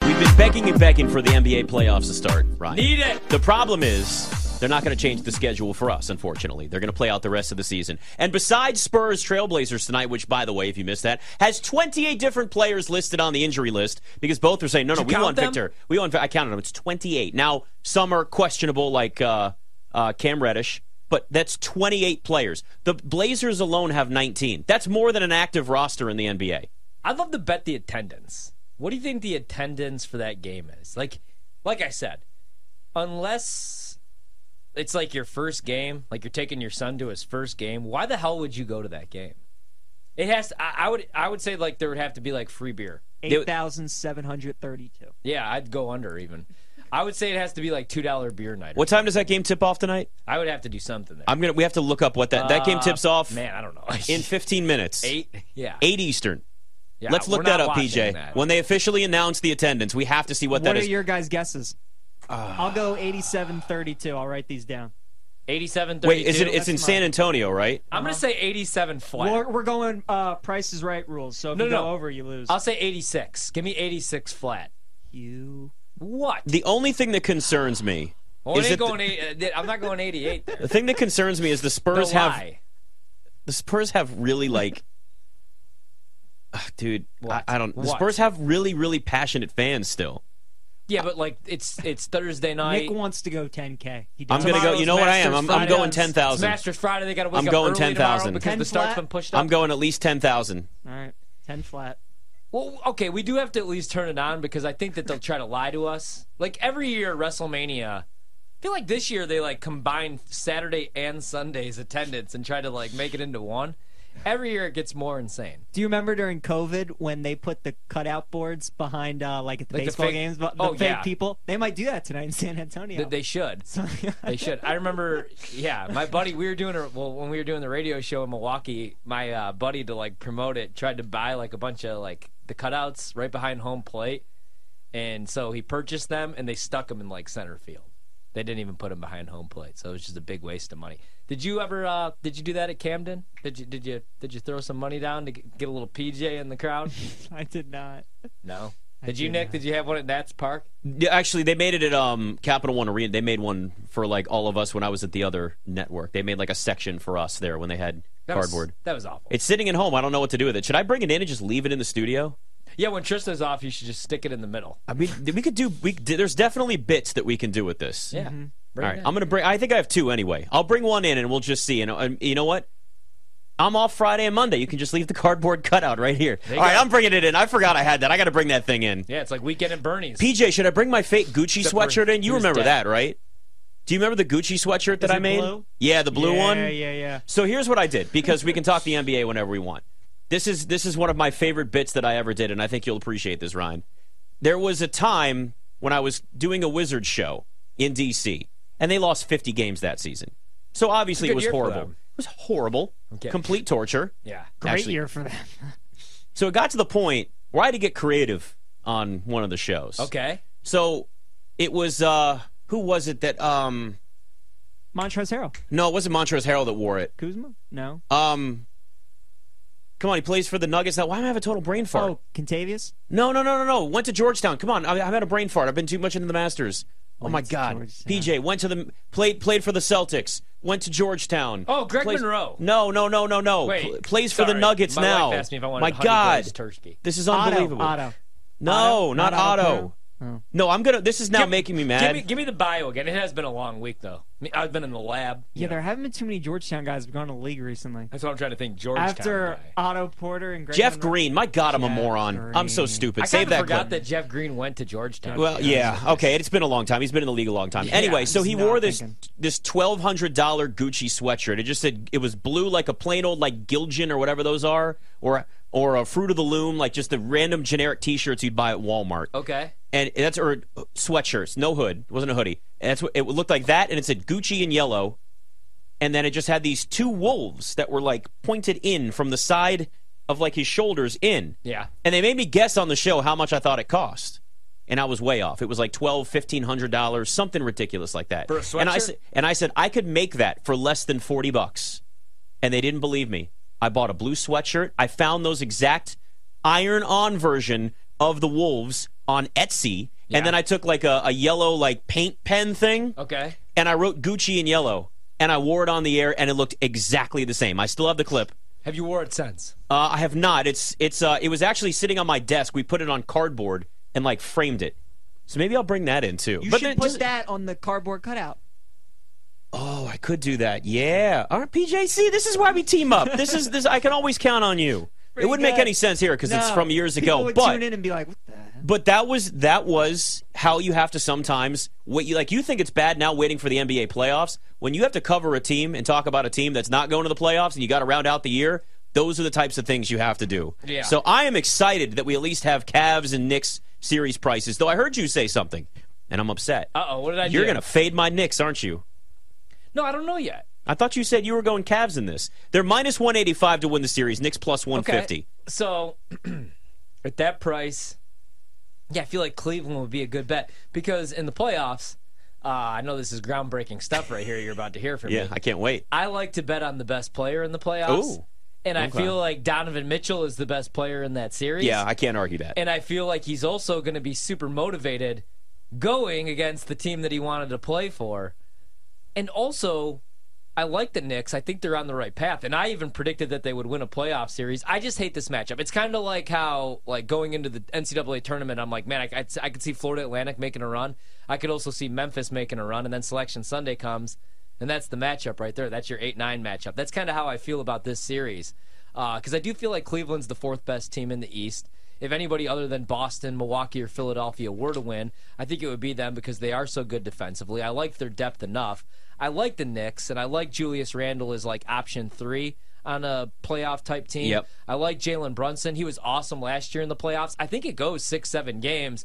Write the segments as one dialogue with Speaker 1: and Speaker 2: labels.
Speaker 1: been begging and begging for the NBA playoffs to start, Ryan.
Speaker 2: Need it.
Speaker 1: The problem is they're not going to change the schedule for us, unfortunately. They're going to play out the rest of the season. And besides Spurs Trailblazers tonight, which, by the way, if you missed that, has 28 different players listed on the injury list because both are saying, no, no,
Speaker 2: Did
Speaker 1: we
Speaker 2: you count
Speaker 1: want
Speaker 2: them?
Speaker 1: Victor. We want, I counted them. It's 28. Now, some are questionable, like uh, uh, Cam Reddish. But that's 28 players. The Blazers alone have 19. That's more than an active roster in the NBA.
Speaker 2: I'd love to bet the attendance. What do you think the attendance for that game is? Like, like I said, unless it's like your first game, like you're taking your son to his first game, why the hell would you go to that game? It has. I, I would. I would say like there would have to be like free beer.
Speaker 3: Eight thousand seven hundred thirty-two.
Speaker 2: Yeah, I'd go under even. I would say it has to be like two dollar beer night. or
Speaker 1: What time does that game tip off tonight?
Speaker 2: I would have to do something there.
Speaker 1: I'm gonna. We have to look up what that that game
Speaker 2: Uh,
Speaker 1: tips off
Speaker 2: Man, I don't know.
Speaker 1: in 15 minutes.
Speaker 2: eight, yeah,
Speaker 1: Eight Eastern.
Speaker 2: Yeah,
Speaker 1: Let's
Speaker 2: we're
Speaker 1: look that
Speaker 2: not
Speaker 1: up,
Speaker 2: watching
Speaker 1: PJ.
Speaker 2: that.
Speaker 1: When they officially announce the attendance, we have to see what,
Speaker 3: What
Speaker 1: that
Speaker 3: are
Speaker 1: is.
Speaker 3: your guys' guesses?
Speaker 2: Ah.
Speaker 3: I'll go eighty-seven thirty-two. I'll write these down.
Speaker 2: eighty-seven thirty-two.
Speaker 1: Wait, is it? It's in Uh-huh.
Speaker 3: That's
Speaker 1: San
Speaker 3: mine.
Speaker 1: Antonio, right?
Speaker 2: I'm gonna say eighty-seven flat.
Speaker 3: We're, we're going uh, Price is Right rules. So if
Speaker 2: No,
Speaker 3: you
Speaker 2: no,
Speaker 3: go
Speaker 2: no.
Speaker 3: over, you lose.
Speaker 2: I'll say 86. Give me 86 flat.
Speaker 3: you
Speaker 2: What?
Speaker 1: The only thing that concerns me
Speaker 2: Well, it
Speaker 1: is
Speaker 2: ain't
Speaker 1: it the-
Speaker 2: going eight, uh, I'm not going 88 there.
Speaker 1: the thing that concerns me is the
Speaker 2: The
Speaker 1: Spurs have
Speaker 2: lie.
Speaker 1: the Spurs have really like. Ugh, Dude, I,
Speaker 2: What?
Speaker 1: I don't. The
Speaker 2: What?
Speaker 1: Spurs have really, really passionate fans still.
Speaker 2: Yeah, but like it's it's Thursday night.
Speaker 3: Nick wants to go 10k. He
Speaker 1: I'm gonna
Speaker 3: does.
Speaker 1: go.
Speaker 2: Tomorrow's
Speaker 1: You know what I am? I'm,
Speaker 2: Masters
Speaker 1: I'm
Speaker 2: Friday.
Speaker 1: going ten
Speaker 2: It's
Speaker 1: thousand.
Speaker 2: Masters Friday. They got to wake
Speaker 1: I'm
Speaker 2: up
Speaker 1: going
Speaker 2: early
Speaker 1: 10,000.
Speaker 2: tomorrow because
Speaker 3: Ten
Speaker 2: the start's
Speaker 3: flat?
Speaker 2: been pushed up.
Speaker 1: I'm going at least ten thousand.
Speaker 3: All right, 10 flat.
Speaker 2: Well, okay, we do have to at least turn it on because I think that they'll try to lie to us. Like every year at WrestleMania, I feel like this year they like combine Saturday and Sunday's attendance and try to like make it into one. Every year it gets more insane.
Speaker 3: Do you remember during COVID when they put the cutout boards behind uh, like at the
Speaker 2: Like the
Speaker 3: baseball
Speaker 2: fake-
Speaker 3: games, but the
Speaker 2: oh,
Speaker 3: fake
Speaker 2: yeah.
Speaker 3: people? They might do that tonight in San Antonio.
Speaker 2: Th- They should. They should. I remember, yeah, my buddy. We were doing a well when we were doing the radio show in Milwaukee. My uh, buddy to like promote it tried to buy like a bunch of like the cutouts right behind home plate, and so he purchased them and they stuck them in like center field. They didn't even put them behind home plate, so it was just a big waste of money. Did you ever? Uh, did you do that at Camden? Did you? Did you? Did you throw some money down to g- get a little PJ in the crowd?
Speaker 3: I did not.
Speaker 2: No. Did you,
Speaker 3: did
Speaker 2: Nick?
Speaker 3: not.
Speaker 2: Did you have one at Nats Park?
Speaker 1: Yeah, actually, they made it at um, Capital One Arena. They made one for like all of us when I was at the other network. They made like a section for us there when they had
Speaker 2: That was-
Speaker 1: cardboard.
Speaker 2: that was awful.
Speaker 1: It's sitting at home. I don't know what to do with it. Should I bring it in and just leave it in the studio?
Speaker 2: yeah, when Tristan's off, you should just stick it in the middle.
Speaker 1: I mean, we could do. We there's definitely bits that we can do with this.
Speaker 2: Yeah.
Speaker 1: All
Speaker 2: Bring it
Speaker 1: right,
Speaker 2: in.
Speaker 1: I'm gonna bring. I think I have two anyway. I'll bring one in and we'll just see. And, and you know what? I'm off Friday and Monday. You can just leave the cardboard cutout right here. All
Speaker 2: you
Speaker 1: right,
Speaker 2: go.
Speaker 1: I'm bringing it in. I forgot I had that. I got to bring that thing in.
Speaker 2: Yeah, it's like weekend at Bernie's.
Speaker 1: PJ, should I bring my fake Gucci
Speaker 2: Except for
Speaker 1: sweatshirt in? You
Speaker 2: he was
Speaker 1: remember
Speaker 2: dead.
Speaker 1: that, right? Do you remember the Gucci sweatshirt that
Speaker 3: Is
Speaker 1: I
Speaker 3: it
Speaker 1: made?
Speaker 3: blue?
Speaker 1: Yeah, the blue
Speaker 3: yeah,
Speaker 1: one.
Speaker 3: Yeah, yeah,
Speaker 1: So here's what I did because we can talk the NBA whenever we want. This is this is one of my favorite bits that I ever did, and I think you'll appreciate this, Ryan. There was a time when I was doing a Wizards show in DC, and they lost 50 games that season. So obviously
Speaker 2: Good
Speaker 1: it was
Speaker 2: year for
Speaker 1: horrible. It
Speaker 2: them.
Speaker 1: was horrible.
Speaker 2: Okay.
Speaker 1: Complete torture.
Speaker 2: yeah.
Speaker 3: Great
Speaker 1: Actually-
Speaker 3: year for them.
Speaker 1: So it got to the point where I had to get creative on one of the shows.
Speaker 2: Okay.
Speaker 1: So it was uh who was it that um
Speaker 3: Montrezl Harrell,
Speaker 1: no, it wasn't Montrezl Harrell that wore it.
Speaker 3: Kuzma, no.
Speaker 1: Um Come on, he plays for the Nuggets. Now, why am I having a total brain fart?
Speaker 3: Oh, Contavious.
Speaker 1: No, no, no, no, no. Went to Georgetown. Come on, I, I've had a brain fart. I've been too much into the Masters. Oh my
Speaker 3: to
Speaker 1: God,
Speaker 3: Georgetown.
Speaker 1: PJ went to the played played for the Celtics. Went to Georgetown.
Speaker 2: Oh, Greg
Speaker 1: Plays-
Speaker 2: Monroe.
Speaker 1: No, no, no, no, no.
Speaker 2: Wait.
Speaker 1: Pl- plays for the
Speaker 2: sorry.
Speaker 1: Nuggets
Speaker 2: My
Speaker 1: now.
Speaker 2: wife asked me if I wanted
Speaker 1: my
Speaker 2: honey
Speaker 1: God,
Speaker 2: glazed turkey.
Speaker 1: this is
Speaker 3: Otto.
Speaker 1: unbelievable.
Speaker 3: Otto.
Speaker 1: No,
Speaker 3: Otto?
Speaker 1: not,
Speaker 3: Not Otto
Speaker 1: Otto.
Speaker 3: Porter?
Speaker 1: No, I'm gonna. This is now
Speaker 2: Oh. Give-
Speaker 1: making me
Speaker 2: Give
Speaker 1: mad.
Speaker 2: me, give me the bio again. It has been a long week though. I mean, I've been in the lab. you
Speaker 3: Yeah,
Speaker 2: know.
Speaker 3: there haven't been too many Georgetown guys who've gone to the league recently.
Speaker 2: That's what I'm trying to think. Georgetown.
Speaker 3: After
Speaker 2: guy.
Speaker 3: Otto Porter and Greg
Speaker 1: Jeff
Speaker 3: Monroe-
Speaker 1: Green. My God, I'm a
Speaker 3: Jeff
Speaker 1: moron. I'm so
Speaker 3: Green.
Speaker 1: stupid.
Speaker 2: I
Speaker 1: Save
Speaker 2: kinda
Speaker 1: that.
Speaker 2: forgot
Speaker 1: clip.
Speaker 2: that Jeff Green went to Georgetown.
Speaker 1: Well, yeah, okay. It's been a long time. He's been in the league a long time. anyway,
Speaker 3: I'm
Speaker 1: so
Speaker 3: just
Speaker 1: he
Speaker 3: not
Speaker 1: wore this
Speaker 3: thinking.
Speaker 1: this twelve hundred dollar Gucci sweatshirt. It just said it was blue, like a plain old like Gilgin or whatever those are, or or a Fruit of the Loom, like just the random generic T-shirts you'd buy at Walmart.
Speaker 2: Okay.
Speaker 1: And that's or uh, sweatshirts, no hood, it wasn't a hoodie. And that's what it looked like that, and it said Gucci in yellow, and then it just had these two wolves that were like pointed in from the side of like his shoulders in.
Speaker 2: Yeah.
Speaker 1: And they made me guess on the show how much I thought it cost. And I was way off. It was like twelve, fifteen hundred dollars, something ridiculous like that.
Speaker 2: For a
Speaker 1: and I
Speaker 2: sweatshirt?
Speaker 1: sa- and I said I could make that for less than forty bucks, and they didn't believe me. I bought a blue sweatshirt. I found those exact iron-on version of the Wolves on Etsy,
Speaker 2: Yeah.
Speaker 1: and then I took like a, a yellow like paint pen thing,
Speaker 2: Okay.
Speaker 1: and I wrote Gucci in yellow, and I wore it on the air, and it looked exactly the same. I still have the clip.
Speaker 2: Have you wore it since?
Speaker 1: Uh, I have not. It's it's uh, it was actually sitting on my desk. We put it on cardboard and like framed it. So maybe I'll bring that in too.
Speaker 3: You
Speaker 1: but
Speaker 3: should
Speaker 1: then
Speaker 3: put
Speaker 1: just-
Speaker 3: that on the cardboard cutout.
Speaker 1: Oh, I could do that. Yeah. All right, PJC. This is why we team up. This is this. I can always count on you.
Speaker 3: Pretty
Speaker 1: it wouldn't make
Speaker 3: good.
Speaker 1: any sense here because it's
Speaker 3: No,
Speaker 1: from years
Speaker 3: people
Speaker 1: ago.
Speaker 3: would
Speaker 1: but
Speaker 3: tune in and be like, "What the hell?"
Speaker 1: but that was that was how you have to sometimes what you like you think it's bad now waiting for the NBA playoffs when you have to cover a team and talk about a team that's not going to the playoffs and you got to round out the year those are the types of things you have to do.
Speaker 2: Yeah.
Speaker 1: So I am excited that we at least have Cavs and Knicks series prices. Though I heard you say something and I'm upset.
Speaker 2: Uh oh. What did I do?
Speaker 1: You're going to fade my Knicks, aren't you?
Speaker 2: No, I don't know yet.
Speaker 1: I thought you said you were going Cavs in this. They're minus 185 to win the series, Knicks plus 150.
Speaker 2: So at that price, yeah, I feel like Cleveland would be a good bet because in the playoffs, uh, I know this is groundbreaking stuff right here you're about to hear from
Speaker 1: Yeah,
Speaker 2: me.
Speaker 1: I can't wait.
Speaker 2: I like to bet on the best player in the playoffs.
Speaker 1: Ooh,
Speaker 2: and I
Speaker 1: okay.
Speaker 2: feel like Donovan Mitchell is the best player in that series.
Speaker 1: Yeah, I can't argue that.
Speaker 2: And I feel like he's also going to be super motivated going against the team that he wanted to play for. And also, I like the Knicks. I think they're on the right path. And I even predicted that they would win a playoff series. I just hate this matchup. It's kind of like how, like, going into the NCAA tournament, I'm like, man, I, I, I could see Florida Atlantic making a run. I could also see Memphis making a run. And then Selection Sunday comes, and that's the matchup right there. That's your 8 9 matchup. That's kind of how I feel about this series. Because Uh, I do feel like Cleveland's the fourth best team in the East if anybody other than Boston, Milwaukee, or Philadelphia were to win, I think it would be them because they are so good defensively. I like their depth enough. I like the Knicks, and I like Julius Randle as like option three on a playoff type team.
Speaker 1: Yep.
Speaker 2: I like Jalen Brunson. He was awesome last year in the playoffs. I think it goes six, seven games,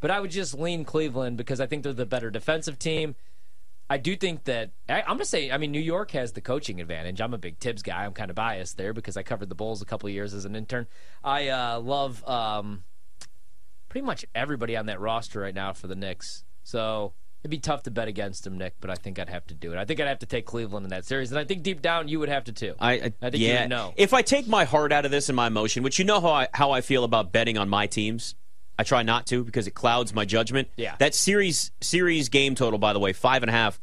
Speaker 2: but I would just lean Cleveland because I think they're the better defensive team. I do think that I, I'm gonna say. I mean, New York has the coaching advantage. I'm a big Tibbs guy. I'm kind of biased there because I covered the Bulls a couple of years as an intern. I uh, love um, pretty much everybody on that roster right now for the Knicks. So it'd be tough to bet against them, Nick. But I think I'd have to do it. I think I'd have to take Cleveland in that series, and I think deep down you would have to too.
Speaker 1: I, I,
Speaker 2: I think you
Speaker 1: yeah.
Speaker 2: would know.
Speaker 1: If I take my heart out of this and my emotion, which you know how I, how I feel about betting on my teams, I try not to because it clouds my judgment.
Speaker 2: Yeah.
Speaker 1: That series series game total, by the way, five and a half,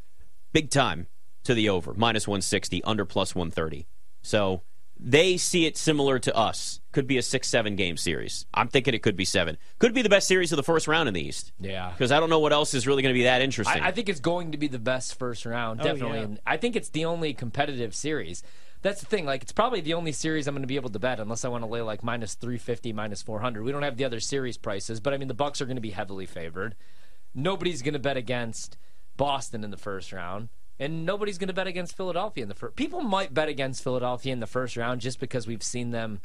Speaker 1: big time to the over, minus one sixty, under plus one thirty. So they see it similar to us. Could be a six seven game series. I'm thinking it could be seven. Could be the best series of the first round in the East.
Speaker 2: yeah.
Speaker 1: Because I don't know what else is really going to be that interesting.
Speaker 2: I, I think it's going to be the best first round,
Speaker 3: Oh,
Speaker 2: definitely.
Speaker 3: yeah.
Speaker 2: And I think it's the only competitive series. That's the thing. Like, it's probably the only series I'm going to be able to bet, unless I want to lay like minus 350, minus 400. We don't have the other series prices, but I mean, the Bucks are going to be heavily favored. Nobody's going to bet against Boston in the first round, and nobody's going to bet against Philadelphia in the first. People might bet against Philadelphia in the first round just because we've seen them.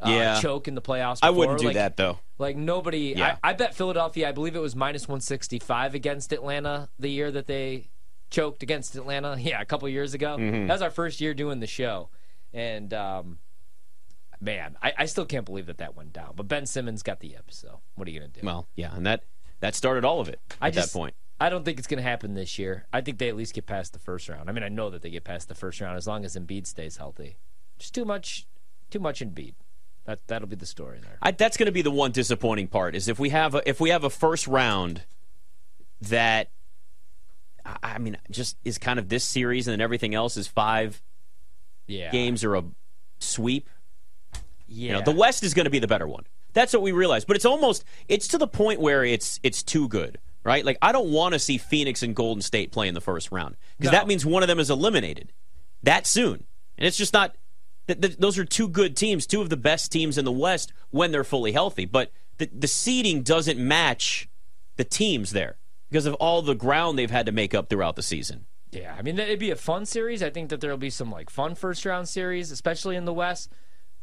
Speaker 2: Uh,
Speaker 1: Yeah.
Speaker 2: choke in the playoffs. Before.
Speaker 1: I wouldn't do
Speaker 2: Like,
Speaker 1: that though.
Speaker 2: like nobody,
Speaker 1: Yeah.
Speaker 2: I, I bet Philadelphia. I believe it was minus one sixty five against Atlanta the year that they choked against Atlanta. Yeah, a couple years ago.
Speaker 1: Mm-hmm.
Speaker 2: That was our first year doing the show, and um, man, I, I still can't believe that that went down. But Ben Simmons got the yip. So what are you gonna do?
Speaker 1: Well, yeah, and that that started all of it at
Speaker 2: I just-
Speaker 1: that point.
Speaker 2: I don't think it's gonna happen this year. I think they at least get past the first round. I mean, I know that they get past the first round as long as Embiid stays healthy. Just too much, too much Embiid. That that'll be the story there.
Speaker 1: I, that's going to be the one disappointing part is if we have a, if we have a first round that I I mean just is kind of this series and then everything else is five
Speaker 2: Yeah.
Speaker 1: games or a sweep.
Speaker 2: Yeah.
Speaker 1: You know, the West is going to be the better one. That's what we realize. But it's almost it's to the point where it's it's too good, right? Like I don't want to see Phoenix and Golden State play in the first round because
Speaker 2: No.
Speaker 1: that means one of them is eliminated that soon, and it's just not. Th- th- those are two good teams, two of the best teams in the West when they're fully healthy. But the the seeding doesn't match the teams there because of all the ground they've had to make up throughout the season.
Speaker 2: Yeah, I mean it'd be a fun series. I think that there'll be some like fun first round series, especially in the West.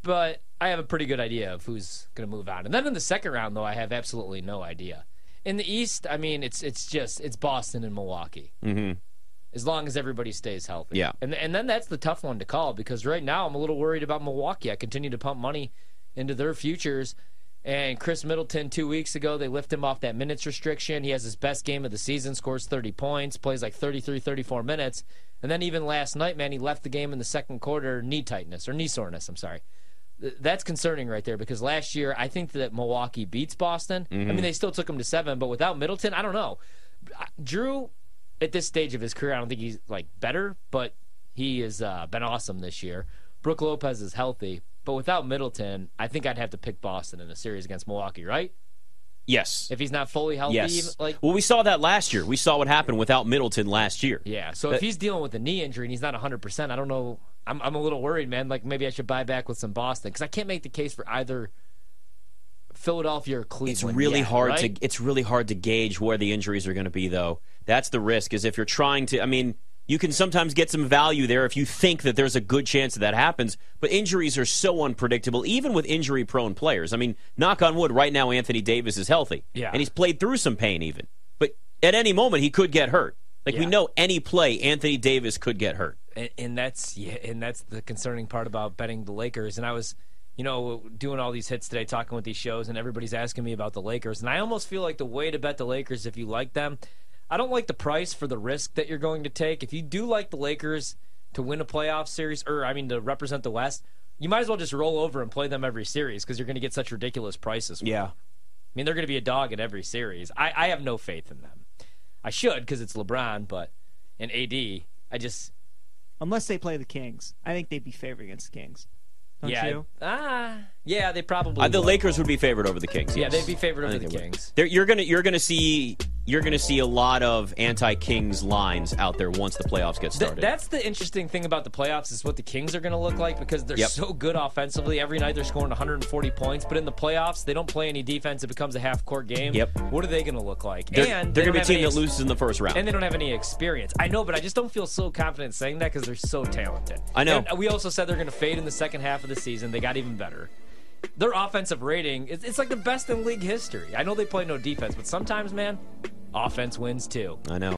Speaker 2: But I have a pretty good idea of who's going to move on. And then in the second round, though, I have absolutely no idea. In the East, I mean, it's it's just it's Boston and Milwaukee. Mm-hmm. As long as everybody stays healthy.
Speaker 1: Yeah.
Speaker 2: And and then that's the tough one to call because right now I'm a little worried about Milwaukee. I continue to pump money into their futures. And Chris Middleton, two weeks ago, they lift him off that minutes restriction. He has his best game of the season, scores 30 points, plays like 33, 34 minutes. And then even last night, man, he left the game in the second quarter, knee tightness or knee soreness, I'm sorry. th- that's concerning right there because last year I think that Milwaukee beats Boston. I mean, they still took them to seven, but without Middleton, I don't know. I- Drew, at this stage of his career, I don't think he's like better, but he has uh, been awesome this year. Brooke Lopez is healthy, but without Middleton, I think I'd have to pick Boston in a series against Milwaukee, right?
Speaker 1: Yes.
Speaker 2: If he's not fully healthy, even,
Speaker 1: yes.
Speaker 2: like
Speaker 1: well, we saw that last year. We saw what happened without Middleton last year.
Speaker 2: yeah. So if
Speaker 1: That-
Speaker 2: he's dealing with a knee injury and he's not 100, percent I don't know. I'm I'm a little worried, man. Like maybe I should buy back with some Boston because I can't make the case for either Philadelphia or Cleveland.
Speaker 1: It's really
Speaker 2: yet,
Speaker 1: hard
Speaker 2: right?
Speaker 1: to it's really hard to gauge where the injuries are going to be though. That's the risk is if you're trying to I mean, you can sometimes get some value there if you think that there's a good chance that that happens, but injuries are so unpredictable even with injury prone players. I mean, knock on wood, right now Anthony Davis is healthy.
Speaker 2: Yeah.
Speaker 1: And he's played through some pain even. But at any moment he could get hurt. Like we
Speaker 2: Yeah.
Speaker 1: know any play Anthony Davis could get hurt.
Speaker 2: and, and that's yeah, and that's the concerning part about betting the Lakers. And I was, you know, doing all these hits today, talking with these shows, and everybody's asking me about the Lakers. And I almost feel like the way to bet the Lakers, if you like them, I don't like the price for the risk that you're going to take. If you do like the Lakers to win a playoff series, or I mean to represent the West, you might as well just roll over and play them every series because you're going to get such ridiculous prices. for
Speaker 1: Yeah.
Speaker 2: I mean, they're going to be a dog in every series. I, I have no faith in them. I should because it's LeBron, but and AD. I just
Speaker 3: Unless they play the Kings, I think they'd be favored against the Kings. Don't
Speaker 2: yeah,
Speaker 3: you?
Speaker 2: Ah, yeah, they probably.
Speaker 1: Uh, the
Speaker 2: would.
Speaker 1: Lakers would be favored over the Kings.
Speaker 2: Yeah,
Speaker 1: yes.
Speaker 2: they'd be favored
Speaker 1: I
Speaker 2: over the
Speaker 1: think they would.
Speaker 2: Kings.
Speaker 1: There, you're gonna you're gonna see you're gonna see a lot of anti-Kings lines out there once the playoffs get
Speaker 2: Th-
Speaker 1: started.
Speaker 2: that's the interesting thing about the playoffs is what the Kings are going to look like because they're
Speaker 1: Yep.
Speaker 2: so good offensively. Every night they're scoring 140 points, but in the playoffs they don't play any defense. It becomes a half court game.
Speaker 1: Yep.
Speaker 2: What are they going to look like?
Speaker 1: they're,
Speaker 2: and
Speaker 1: they're
Speaker 2: they
Speaker 1: gonna be a
Speaker 2: don't
Speaker 1: team
Speaker 2: have any
Speaker 1: that
Speaker 2: ex-
Speaker 1: loses in the first round.
Speaker 2: And they don't have any experience. I know, but I just don't feel so confident saying that because they're so talented.
Speaker 1: I know.
Speaker 2: And we also said they're going to fade in the second half of the season. They got even better. Their offensive rating, it's, it's like the best in league history. I know they play no defense, but sometimes, man, offense wins too.
Speaker 1: I know.